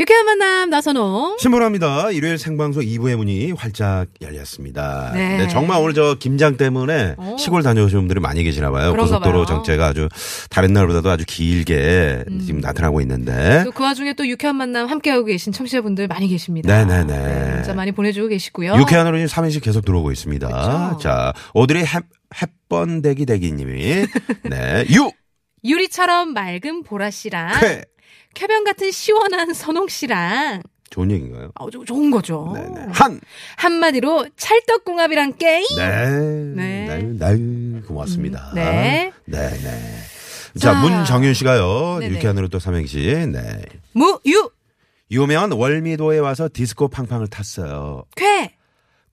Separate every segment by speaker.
Speaker 1: 유쾌한 만남 나선홍.
Speaker 2: 신보라입니다. 일요일 생방송 2부의 문이 활짝 열렸습니다.
Speaker 1: 네.
Speaker 2: 네. 정말 오늘 저 김장 때문에
Speaker 1: 오.
Speaker 2: 시골 다녀오신 분들이 많이 계시나 봐요.
Speaker 1: 그런가
Speaker 2: 고속도로
Speaker 1: 봐요. 음.
Speaker 2: 정체가 아주 다른 날보다도 아주 길게 지금 나타나고 있는데.
Speaker 1: 또 그 와중에 또 유쾌한 만남 함께하고 계신 청취자분들 많이 계십니다.
Speaker 2: 네네네.
Speaker 1: 문자 많이 보내주고 계시고요.
Speaker 2: 유쾌한으로 지금 3회씩 계속 들어오고 있습니다.
Speaker 1: 그렇죠.
Speaker 2: 자, 오드리 햇, 햇번 대기 대기님이. 네. 유!
Speaker 1: 유리처럼 맑은 보라 씨랑
Speaker 2: 쾌!
Speaker 1: 쾌변 같은 시원한 선홍 씨랑
Speaker 2: 좋은 얘기인가요?
Speaker 1: 어, 저- 좋은 거죠.
Speaker 2: 네네. 한!
Speaker 1: 한마디로 찰떡궁합이란 게임.
Speaker 2: 네.
Speaker 1: 네.
Speaker 2: 날, 날, 고맙습니다.
Speaker 1: 음, 네.
Speaker 2: 네, 네.
Speaker 1: 자.
Speaker 2: 자, 문정윤 씨가요.
Speaker 1: 네네.
Speaker 2: 유쾌한으로 또 삼행시. 네.
Speaker 1: 무유
Speaker 2: 유명한 월미도에 와서 디스코 팡팡을 탔어요.
Speaker 1: 쾌.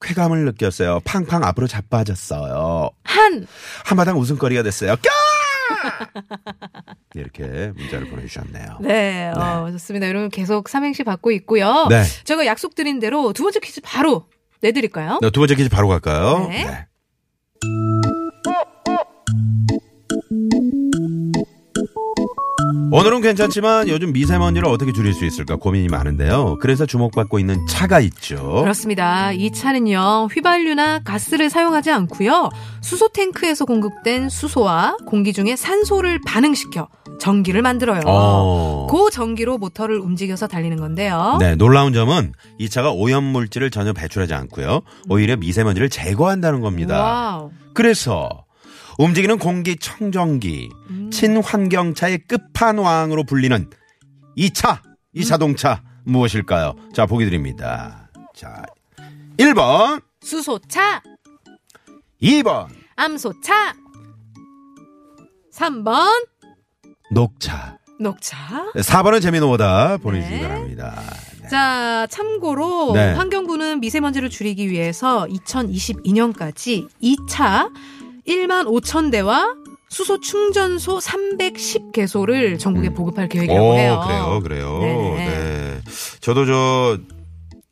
Speaker 2: 쾌감을 느꼈어요. 팡팡 앞으로 자빠졌어요.
Speaker 1: 한
Speaker 2: 한마당 웃음거리가 됐어요. 껴! 네, 이렇게 문자를 보내주셨네요.
Speaker 1: 네, 어, 좋습니다. 여러분 계속 삼행시 받고 있고요.
Speaker 2: 네.
Speaker 1: 제가 약속드린 대로 두 번째 퀴즈 바로 내드릴까요?
Speaker 2: 네, 두 번째 퀴즈 바로 갈까요?
Speaker 1: 네.
Speaker 2: 오늘은 괜찮지만 요즘 미세먼지를 어떻게 줄일 수 있을까 고민이 많은데요. 그래서 주목받고 있는 차가 있죠.
Speaker 1: 그렇습니다. 이 차는요, 휘발유나 가스를 사용하지 않고요. 수소 탱크에서 공급된 수소와 공기 중에 산소를 반응시켜 전기를 만들어요.
Speaker 2: 어.
Speaker 1: 그 전기로 모터를 움직여서 달리는 건데요.
Speaker 2: 네, 놀라운 점은 이 차가 오염 물질을 전혀 배출하지 않고요. 오히려 미세먼지를 제거한다는 겁니다.
Speaker 1: 와우.
Speaker 2: 그래서 움직이는 공기청정기
Speaker 1: 음.
Speaker 2: 친환경차의 끝판왕으로 불리는 이 차,
Speaker 1: 음.
Speaker 2: 이 자동차 무엇일까요? 자, 보기 드립니다. 자, 1번,
Speaker 1: 수소차,
Speaker 2: 2번,
Speaker 1: 암소차, 3번,
Speaker 2: 녹차.
Speaker 1: 녹차.
Speaker 2: 4번은 재미노 오다 보내주시기
Speaker 1: 네.
Speaker 2: 바랍니다. 네.
Speaker 1: 자, 참고로
Speaker 2: 네.
Speaker 1: 환경부는 미세먼지를 줄이기 위해서 2022년까지 2차 1만 5천 대와 수소 충전소 310개소를 전국에 보급할 계획이라고
Speaker 2: 음. 오,
Speaker 1: 해요.
Speaker 2: 그래요, 그래요.
Speaker 1: 네네.
Speaker 2: 네. 저도 저,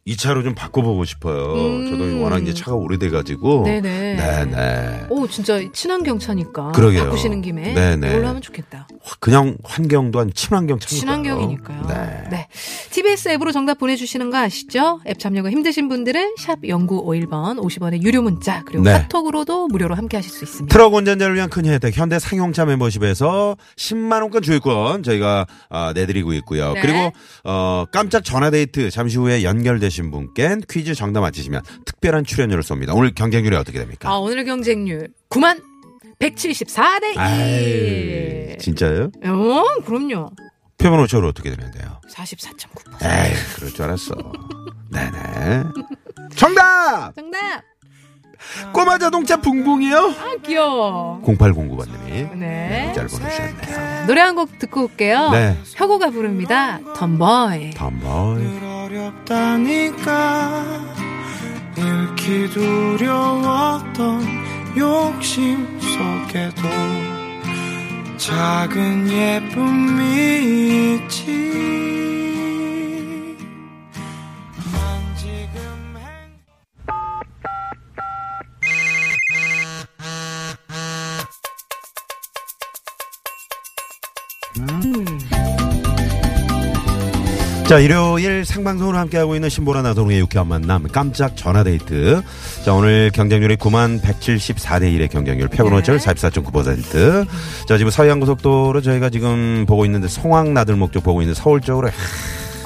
Speaker 2: 이 차로 좀 바꿔보고 싶어요.
Speaker 1: 음.
Speaker 2: 저도 워낙 이제 차가 오래돼가지고.
Speaker 1: 네네.
Speaker 2: 네네.
Speaker 1: 오, 진짜 친환경차니까
Speaker 2: 그러게요.
Speaker 1: 바꾸시는 김에
Speaker 2: 네네.
Speaker 1: 이걸로 하면 좋겠다.
Speaker 2: 그냥 환경도 한 친환경 차니까요.
Speaker 1: 친환경이니까요.
Speaker 2: 네.
Speaker 1: TBS 앱으로 정답 보내주시는 거 아시죠? 앱 참여가 힘드신 분들은 샵 0951번 50원의 유료 문자 그리고
Speaker 2: 네.
Speaker 1: 카톡으로도 무료로 함께 하실 수 있습니다.
Speaker 2: 트럭 운전자를 위한 큰 혜택 현대 상용차 멤버십에서 10만 원권 주유권 저희가 아, 내드리고 있고요.
Speaker 1: 네.
Speaker 2: 그리고 어, 깜짝 전화 데이트 잠시 후에 연결되신 분께 퀴즈 정답 맞히시면 특별한 출연료를 쏩니다. 오늘 경쟁률이 어떻게
Speaker 1: 아,
Speaker 2: 됩니까?
Speaker 1: 오늘의 경쟁률 9만 174대 1.
Speaker 2: 아이, 진짜요?
Speaker 1: 어, 그럼요.
Speaker 2: 표본 오차로 어떻게 되는데요?
Speaker 1: 44.9%.
Speaker 2: 에이, 그럴 줄 알았어. 네네. 정답!
Speaker 1: 정답!
Speaker 2: 꼬마 자동차 붕붕이요?
Speaker 1: 아, 귀여워.
Speaker 2: 0809번님이
Speaker 1: 네.
Speaker 2: 문자를 보내주셨네요.
Speaker 1: 노래 한 곡 듣고 올게요.
Speaker 2: 네.
Speaker 1: 혁오가 부릅니다. 덤보이.
Speaker 2: 덤벌.
Speaker 3: 늘 어렵다니까 읽기 두려웠던 욕심 속에도 작은 예쁨이 있지 난 지금 행...
Speaker 2: 자, 일요일 생방송으로 함께하고 있는 신보라 나선홍의 유쾌한 만남 깜짝 전화데이트. 자, 오늘 경쟁률이 9만 174대1의 경쟁률, 표본오차율 44.9%. 자, 지금 서해안고속도로 저희가 지금 보고 있는데 송악나들 목적 보고 있는 서울 쪽으로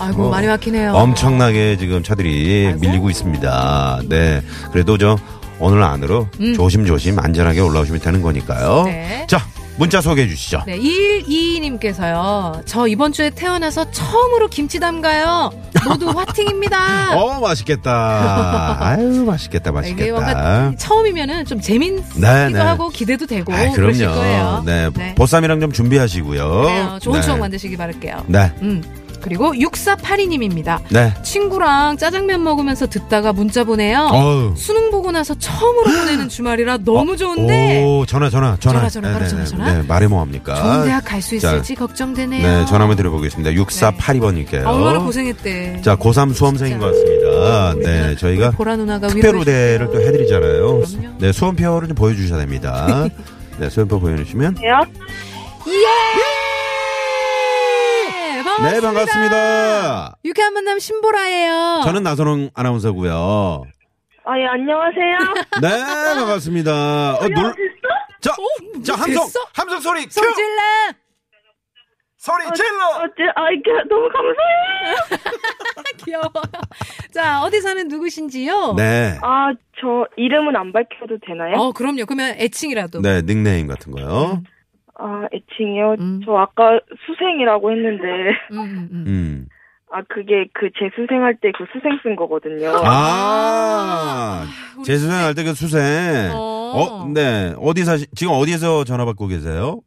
Speaker 1: 아이고,
Speaker 2: 어,
Speaker 1: 많이 막히네요.
Speaker 2: 엄청나게 지금 차들이 밀리고 있습니다. 네. 그래도 저 오늘 안으로 조심조심 안전하게 올라오시면 되는 거니까요.
Speaker 1: 음. 네.
Speaker 2: 자, 문자 소개해 주시죠.
Speaker 1: 네, 122님께서요. 저 이번 주에 태어나서 처음으로 김치 담가요. 모두 화팅입니다.
Speaker 2: 어, 맛있겠다. 아유, 맛있겠다,
Speaker 1: 네, 이게
Speaker 2: 맛있겠다.
Speaker 1: 뭔가 처음이면은 좀 재밌기도
Speaker 2: 네, 네.
Speaker 1: 하고 기대도 되고
Speaker 2: 아,
Speaker 1: 그러실 거예요. 네.
Speaker 2: 네, 보쌈이랑 네. 좀 준비하시고요.
Speaker 1: 그래요. 좋은
Speaker 2: 네.
Speaker 1: 추억 만드시기 바랄게요.
Speaker 2: 네.
Speaker 1: 음. 그리고 6482님입니다.
Speaker 2: 네.
Speaker 1: 친구랑 짜장면 먹으면서 듣다가 문자 보내요.
Speaker 2: 어우. 어.
Speaker 1: 수능 보고 나서 처음으로 보내는 주말이라 너무 좋은데
Speaker 2: 오, 전화, 전화,
Speaker 1: 전화,
Speaker 2: 전화.
Speaker 1: 전화, 바로
Speaker 2: 네네네.
Speaker 1: 전화, 전화.
Speaker 2: 네, 말해 뭐합니까?
Speaker 1: 좋은 대학 갈 수
Speaker 2: 자,
Speaker 1: 있을지 걱정되네요.
Speaker 2: 네, 전화 한번 드려보겠습니다. 6482번님께요.
Speaker 1: 아, 얼마나 고생했대. 아,
Speaker 2: 자, 고3 수험생인
Speaker 1: 진짜.
Speaker 2: 것 같습니다. 네,
Speaker 1: 우리
Speaker 2: 저희가
Speaker 1: 보라 누나가
Speaker 2: 특별
Speaker 1: 위로해
Speaker 2: 우대를 또 해드리잖아요.
Speaker 1: 그럼요.
Speaker 2: 네, 수험표를 좀 보여주셔야 됩니다. 네, 수험표 보여주시면.
Speaker 1: 네,
Speaker 2: 네, 반갑습니다.
Speaker 1: 유쾌한 만남 신보라예요.
Speaker 2: 저는 나선홍 아나운서고요
Speaker 4: 아, 예, 안녕하세요.
Speaker 2: 네, 반갑습니다. 어, 놀... 자, 자, 함성,
Speaker 1: 됐어?
Speaker 2: 함성 소리, 큐!
Speaker 1: 성질라
Speaker 2: 소리 질러!
Speaker 4: 어째, 아, 이게 너무 감사해요.
Speaker 1: 귀여워. 자 어디 사는 누구신지요?
Speaker 2: 네.
Speaker 4: 아, 저 이름은 안 밝혀도 되나요?
Speaker 1: 어 그럼요. 그러면 애칭이라도.
Speaker 2: 네, 닉네임 같은 거요.
Speaker 4: 아, 애칭이요.
Speaker 1: 음.
Speaker 4: 저 아까 수생이라고 했는데,
Speaker 1: 음, 음, 음.
Speaker 2: 음.
Speaker 4: 아, 그게 그 재수생할 때 그 수생 쓴 거거든요.
Speaker 2: 아,
Speaker 1: 우리
Speaker 2: 재수생 할 때 그 수생.
Speaker 1: 어.
Speaker 2: 어, 네. 어디 사시, 지금 어디에서 전화 받고 계세요?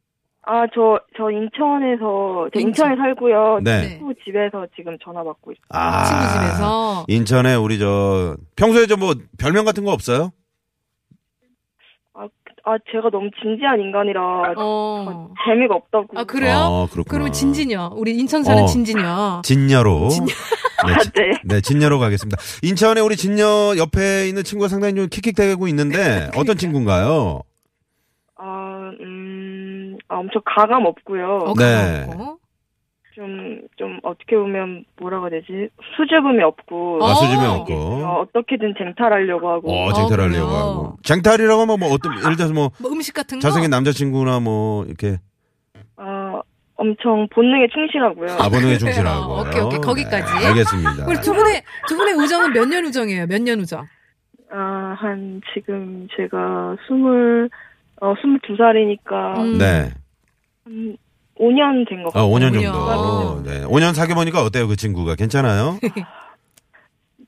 Speaker 4: 아, 저, 저 인천에서, 저
Speaker 1: 인천.
Speaker 4: 인천. 에 살고요.
Speaker 2: 네.
Speaker 1: 네.
Speaker 4: 친구 집에서 지금 전화 받고 있어요.
Speaker 2: 아.
Speaker 1: 친구 집에서.
Speaker 2: 인천에 우리 저, 평소에 저 뭐 별명 같은 거 없어요?
Speaker 4: 아, 제가 너무 진지한 인간이라
Speaker 1: 어.
Speaker 4: 재미가 없다고.
Speaker 1: 아 그래요?
Speaker 2: 아, 그렇구나.
Speaker 1: 그러면 진진여. 우리 인천 사는
Speaker 2: 어.
Speaker 1: 진진여.
Speaker 2: 진녀로. 네,
Speaker 4: 아,
Speaker 2: 진-
Speaker 4: 네.
Speaker 2: 네, 진녀로 가겠습니다. 인천에 우리 진녀 옆에 있는 친구가 상당히 좀 킥킥대고
Speaker 1: 네,
Speaker 2: 있는데 어떤 친구인가요?
Speaker 4: 아, 음, 아, 엄청 가감 없고요.
Speaker 1: 어,
Speaker 2: 네.
Speaker 1: 가고.
Speaker 4: 좀, 좀, 어떻게 보면, 뭐라고 해야 되지? 수줍음이 없고.
Speaker 1: 어.
Speaker 2: 아, 나수지면
Speaker 4: 어,
Speaker 2: 없고.
Speaker 4: 어떻게든 쟁탈하려고 하고.
Speaker 2: 어, 쟁탈하려고
Speaker 1: 그래요?
Speaker 2: 하고. 쟁탈이라고 하면 뭐 어떤, 예를 들어서 뭐
Speaker 1: 뭐 음식 같은 거.
Speaker 2: 잘생긴 남자친구나 뭐 이렇게
Speaker 4: 어, 엄청 본능에 충실하고요.
Speaker 2: 아버님의
Speaker 1: 그래요.
Speaker 2: 중지라고.
Speaker 1: 어,
Speaker 2: 네,
Speaker 1: 오케이, 오케이. 거기까지.
Speaker 2: 알겠습니다.
Speaker 1: 우리 두 분의 두 분의 우정은 몇 년 우정이에요? 몇 년 우정?
Speaker 4: 아, 한, 지금 제가 스물, 어, 스물두 살이니까,
Speaker 1: 음.
Speaker 2: 네.
Speaker 4: 한 5년 된 것
Speaker 2: 어,
Speaker 4: 같아요.
Speaker 2: 5년
Speaker 1: 오년. 음,
Speaker 2: 정도. 네. 5년 사귀어보니까 어때요, 그 친구가? 괜찮아요?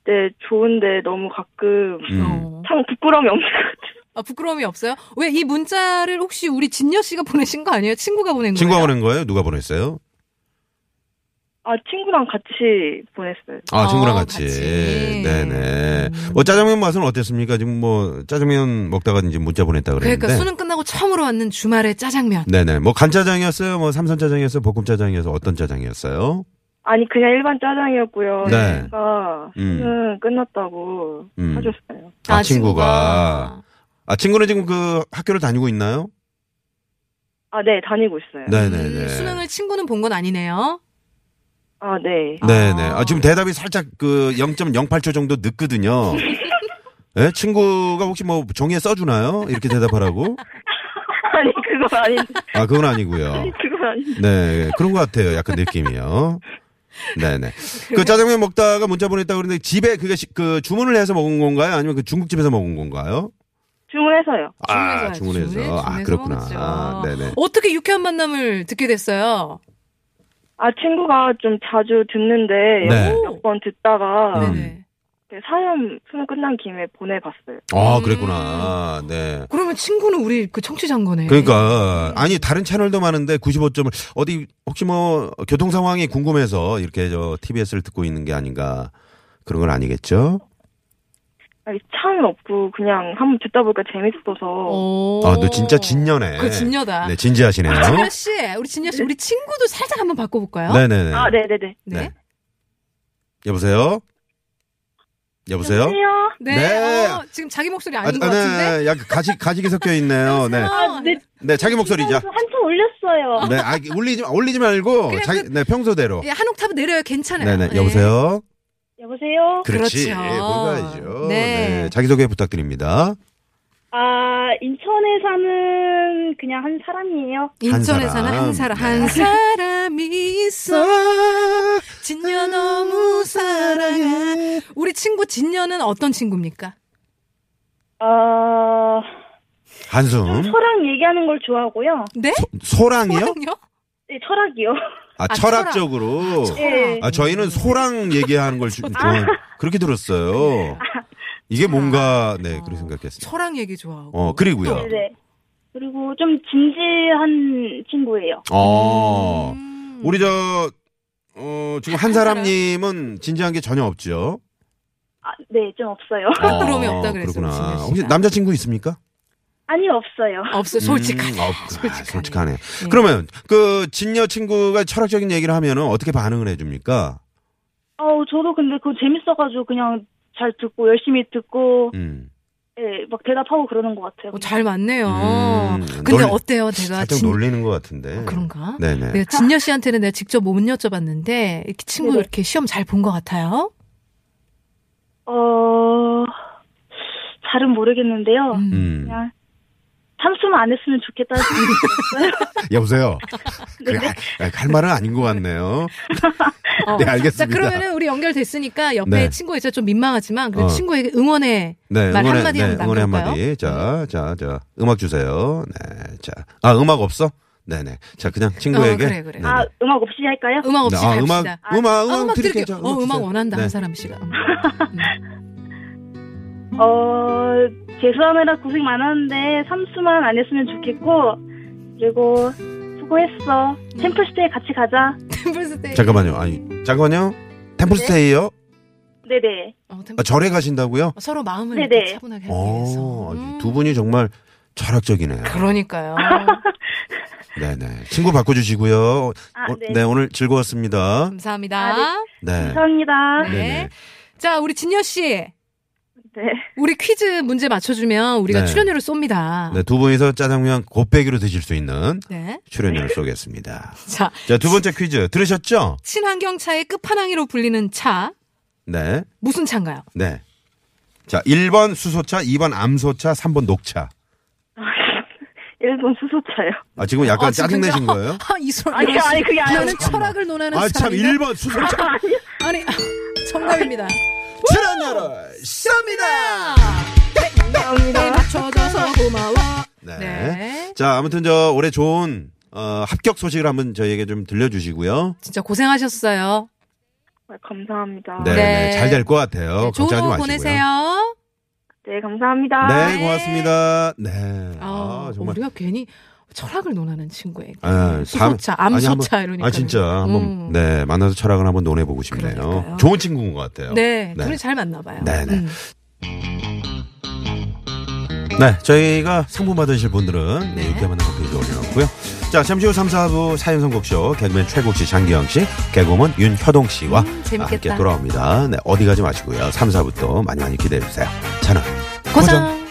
Speaker 4: 네, 좋은데 너무 가끔,
Speaker 2: 음.
Speaker 1: 어.
Speaker 4: 참 부끄러움이 없는 것 같아요.
Speaker 1: 아, 부끄러움이 없어요? 왜 이 문자를 혹시 우리 진여 씨가 보내신 거 아니에요? 친구가 보낸 거예요?
Speaker 2: 음. 친구가 보낸 거예요? 누가 보냈어요?
Speaker 4: 아, 친구랑 같이 보냈어요.
Speaker 2: 아,
Speaker 1: 어,
Speaker 2: 친구랑 같이.
Speaker 1: 같이.
Speaker 2: 네네.
Speaker 1: 음.
Speaker 2: 뭐, 짜장면 맛은 어땠습니까? 지금 뭐, 짜장면 먹다가 이제 문자 보냈다 그랬는데.
Speaker 1: 그러니까 수능 끝나고 처음으로 왔는 주말에 짜장면.
Speaker 2: 네네. 뭐, 간짜장이었어요? 뭐, 삼선짜장이었어요? 볶음짜장이었어요? 어떤 짜장이었어요?
Speaker 4: 아니, 그냥 일반 짜장이었고요.
Speaker 2: 네.
Speaker 4: 제가,
Speaker 2: 음.
Speaker 4: 음. 끝났다고
Speaker 2: 음.
Speaker 4: 하셨어요.
Speaker 2: 아, 친구가. 아, 친구는 지금 그 학교를 다니고 있나요?
Speaker 4: 아, 네, 다니고 있어요.
Speaker 2: 네네네.
Speaker 1: 음, 수능을 친구는 본 건 아니네요.
Speaker 4: 아, 네.
Speaker 2: 네네.
Speaker 1: 아.
Speaker 2: 아, 지금 대답이 살짝 그 0.08초 정도 늦거든요. 예? 친구가 혹시 뭐 종이에 써주나요? 이렇게 대답하라고?
Speaker 4: 아니, 그건 아닌데,
Speaker 2: 아, 그건 아니고요.
Speaker 4: 그건 아닌데.
Speaker 2: 네, 그런 것 같아요. 약간 느낌이요. 네네. 그 짜장면 먹다가 문자 보냈다고 그러는데 집에 그게 시- 그 주문을 해서 먹은 건가요? 아니면 그 중국집에서 먹은 건가요?
Speaker 4: 주문해서요.
Speaker 2: 아,
Speaker 1: 주문해서요.
Speaker 2: 주문해서.
Speaker 1: 주문해-
Speaker 2: 아,
Speaker 1: 주문해서
Speaker 2: 그렇구나.
Speaker 1: 먹었죠.
Speaker 2: 아, 네네.
Speaker 1: 어떻게 유쾌한 만남을 듣게 됐어요?
Speaker 4: 아, 친구가 좀 자주 듣는데,
Speaker 2: 네.
Speaker 4: 몇 번 듣다가,
Speaker 2: 음.
Speaker 1: 네네.
Speaker 4: 그 사연 수능 끝난 김에 보내봤어요.
Speaker 2: 아,
Speaker 1: 음.
Speaker 2: 그랬구나. 네.
Speaker 1: 그러면 친구는 우리 그 청취자인 거네.
Speaker 2: 그러니까 아니 다른 채널도 많은데 95점을 어디 혹시 뭐 교통 상황이 궁금해서 이렇게 저 TBS를 듣고 있는 게 아닌가 그런 건 아니겠죠?
Speaker 4: 아니, 차는 없고, 그냥 한번 듣다 보니까 재밌어서,
Speaker 1: 오.
Speaker 2: 아, 너 진짜 진녀네.
Speaker 1: 그 진녀다.
Speaker 2: 네, 진지하시네요.
Speaker 1: 진여 씨, 우리 진여 씨, 우리 친구도 살짝 한번 바꿔볼까요?
Speaker 2: 네네네.
Speaker 4: 아, 네네네.
Speaker 1: 네.
Speaker 2: 네. 여보세요. 여보세요.
Speaker 4: 안녕하세요.
Speaker 1: 네.
Speaker 2: 네.
Speaker 1: 어, 지금 자기 목소리 아닌 것
Speaker 2: 네,
Speaker 1: 같은데.
Speaker 2: 약간 가식 가식이 섞여 있네요. 네,
Speaker 1: 어,
Speaker 4: 네.
Speaker 2: 네 자기 목소리죠.
Speaker 4: 한참 올렸어요.
Speaker 2: 네, 아, 올리지 올리지 말고
Speaker 1: 그래,
Speaker 2: 자기 네 평소대로.
Speaker 1: 예, 한 옥타브 내려야 괜찮아요.
Speaker 2: 네네.
Speaker 1: 네.
Speaker 2: 여보세요.
Speaker 4: 여보세요?
Speaker 2: 그렇지.
Speaker 1: 그렇죠.
Speaker 2: 뭘가야죠
Speaker 1: 네.
Speaker 2: 네. 자기소개 부탁드립니다.
Speaker 4: 아, 인천에 사는 그냥 한 사람이에요.
Speaker 1: 인천에
Speaker 2: 한
Speaker 1: 사는
Speaker 2: 사람.
Speaker 1: 한 사람
Speaker 2: 네.
Speaker 1: 한 사람이 있어 진녀 너무 사랑해 우리 친구 진녀는 어떤 친구입니까?
Speaker 4: 어,
Speaker 5: 아,
Speaker 2: 한숨.
Speaker 5: 철학 얘기하는 걸 좋아하고요.
Speaker 1: 네?
Speaker 2: 소랑이요?
Speaker 1: 소랑요?
Speaker 5: 네, 철학이요.
Speaker 2: 아,
Speaker 1: 아,
Speaker 2: 철학적으로.
Speaker 5: 예.
Speaker 2: 아, 저희는 소랑 얘기하는 걸 주, 저는 그렇게 들었어요. 이게 뭔가, 네, 그렇게 생각했어요.
Speaker 1: 소랑 얘기 좋아하고
Speaker 2: 어, 그리고요.
Speaker 1: 또.
Speaker 5: 네네. 그리고 좀 진지한 친구예요.
Speaker 2: 어,
Speaker 1: 음.
Speaker 2: 우리 저, 어, 지금 한 사람님은 진지한 게 전혀 없죠.
Speaker 4: 아, 네, 좀 없어요.
Speaker 2: 아,
Speaker 1: 부러움이 없다 그랬어요,
Speaker 2: 그렇구나.
Speaker 1: 진짜 씨가.
Speaker 2: 혹시 남자친구 있습니까?
Speaker 4: 아니, 없어요.
Speaker 1: 없어 솔직하네.
Speaker 2: 음, 없- 아,
Speaker 1: 솔직하네.
Speaker 2: 솔직하네.
Speaker 1: 예.
Speaker 2: 그러면 그 진녀 친구가 철학적인 얘기를 하면은 어떻게 반응을 해줍니까?
Speaker 4: 어, 저도 근데 그거 재밌어가지고 그냥 잘 듣고, 열심히 듣고,
Speaker 2: 음.
Speaker 4: 예, 막 대답하고 그러는 것 같아요.
Speaker 1: 어, 잘 맞네요.
Speaker 2: 음,
Speaker 1: 근데
Speaker 2: 놀-
Speaker 1: 어때요? 제가
Speaker 2: 살짝
Speaker 1: 진-
Speaker 2: 놀리는 것 같은데.
Speaker 1: 어, 그런가?
Speaker 2: 네네.
Speaker 1: 내가 진여 씨한테는 내가 직접 못 여쭤봤는데 이 친구
Speaker 4: 네네.
Speaker 1: 이렇게 시험 잘 본 것 같아요.
Speaker 4: 어, 잘은 모르겠는데요.
Speaker 1: 음.
Speaker 2: 음.
Speaker 4: 그냥 삼수만 안 했으면 좋겠다는 생각이 들었어요.
Speaker 2: 여보세요. 그래, 아, 할 말은 아닌 것 같네요.
Speaker 1: 어.
Speaker 2: 네, 알겠습니다.
Speaker 1: 자 그러면은 우리 연결됐으니까 옆에
Speaker 2: 네.
Speaker 1: 친구 있어 좀 민망하지만 그
Speaker 2: 어.
Speaker 1: 친구에게 응원해.
Speaker 2: 네,
Speaker 1: 말
Speaker 2: 응원의,
Speaker 1: 한마디
Speaker 2: 네,
Speaker 1: 한번
Speaker 2: 응원의
Speaker 1: 남길까요?
Speaker 2: 한마디. 자, 자, 자, 음악 주세요. 네, 자, 아 음악 없어? 네네. 자, 그냥 친구에게.
Speaker 1: 어, 그래, 그래.
Speaker 2: 네네.
Speaker 4: 아, 음악 없이 할까요?
Speaker 1: 음악 없이
Speaker 2: 네, 아,
Speaker 1: 갑시다.
Speaker 2: 음악, 음악,
Speaker 1: 아,
Speaker 2: 음악,
Speaker 1: 음악
Speaker 2: 드릴게요.
Speaker 1: 들을게요.
Speaker 2: 자,
Speaker 1: 어, 음악
Speaker 2: 주세요.
Speaker 1: 원한다
Speaker 2: 네.
Speaker 1: 한 사람 씨가. 음.
Speaker 4: 어, 재수하느라 고생 많았는데 삼수만 안 했으면 좋겠고 그리고 수고했어. 템플스테이 같이 가자.
Speaker 1: 템플스테이.
Speaker 2: 잠깐만요. 아니, 잠깐만요. 템플스테이요?
Speaker 4: 네네.
Speaker 1: 어, 템플-
Speaker 2: 아, 절에 가신다고요?
Speaker 1: 어, 서로 마음을
Speaker 4: 네네.
Speaker 1: 이렇게 차분하게 하기 위해서.
Speaker 2: 어,
Speaker 1: 음.
Speaker 2: 두 분이 정말 철학적이네요.
Speaker 1: 그러니까요.
Speaker 2: 네네. 친구 바꿔주시고요.
Speaker 4: 아,
Speaker 2: 어,
Speaker 4: 네.
Speaker 2: 네, 오늘 즐거웠습니다.
Speaker 1: 감사합니다.
Speaker 4: 아,
Speaker 2: 네.
Speaker 4: 감사합니다.
Speaker 1: 네.
Speaker 2: 네네.
Speaker 1: 자, 우리 진여 씨.
Speaker 4: 네.
Speaker 1: 우리 퀴즈 문제 맞춰주면 우리가
Speaker 2: 네.
Speaker 1: 출연료를 쏩니다.
Speaker 2: 네, 두 분이서 짜장면 곱빼기로 드실 수 있는
Speaker 1: 네.
Speaker 2: 출연료를 쏘겠습니다.
Speaker 1: 자,
Speaker 2: 자, 두 번째 퀴즈 들으셨죠?
Speaker 1: 친환경차의 끝판왕이로 불리는 차.
Speaker 2: 네.
Speaker 1: 무슨 차인가요?
Speaker 2: 네. 자, 1번 수소차, 2번 암소차, 3번 녹차.
Speaker 4: 일본 수소차요.
Speaker 2: 아, 지금 약간
Speaker 1: 아, 지금
Speaker 2: 짜증내신
Speaker 1: 그냥-
Speaker 2: 거예요?
Speaker 1: 아, 이소라.
Speaker 4: 아니, 아니, 그게 아니라
Speaker 1: 나는 철학을 논하는
Speaker 2: 아, 참,
Speaker 1: 사람인데?
Speaker 2: 1번 수소차.
Speaker 1: 아니, 정답입니다.
Speaker 2: 출연료를 쏩니다!
Speaker 1: 아, 네, 맞춰줘서 고마워.
Speaker 2: 네.
Speaker 1: 네.
Speaker 2: 자, 아무튼 저 올해 좋은 어, 합격 소식을 한번 저희에게 좀 들려주시고요.
Speaker 1: 진짜 고생하셨어요.
Speaker 4: 아, 감사합니다.
Speaker 2: 네,
Speaker 1: 네.
Speaker 2: 잘 될 것
Speaker 1: 네,
Speaker 2: 같아요.
Speaker 1: 좋은
Speaker 2: 어, 걱정하지
Speaker 1: 오후
Speaker 2: 마시고요.
Speaker 1: 보내세요.
Speaker 4: 네, 감사합니다.
Speaker 2: 네, 고맙습니다. 네. 아,
Speaker 1: 아,
Speaker 2: 정말.
Speaker 1: 우리가 괜히 철학을 논하는 친구에게
Speaker 2: 아,
Speaker 1: 수소차,
Speaker 2: 다음- 아니,
Speaker 1: 암소차
Speaker 2: 한번-
Speaker 1: 이러니까
Speaker 2: 아 진짜 한번
Speaker 1: 음.
Speaker 2: 네 만나서 철학을 한번 논해보고 싶네요.
Speaker 1: 그러니까요.
Speaker 2: 좋은 친구인 것 같아요.
Speaker 1: 네,
Speaker 2: 네.
Speaker 1: 둘이 잘 맞나 봐요.
Speaker 2: 네, 네.
Speaker 1: 음.
Speaker 2: 네, 저희가 상품 받으실 분들은 네,
Speaker 1: 네.
Speaker 2: 유쾌한 만남 홈페이지 올려놓고요. 자, 잠시 후 3, 4부 사연 선곡쇼 개그맨 최국 씨, 장기영 씨, 개그맨 윤효동 씨와
Speaker 1: 음, 재밌겠다.
Speaker 2: 함께 돌아옵니다. 네, 어디 가지 마시고요. 3, 4부 또 많이 많이 기대해주세요. 채널
Speaker 1: 고정.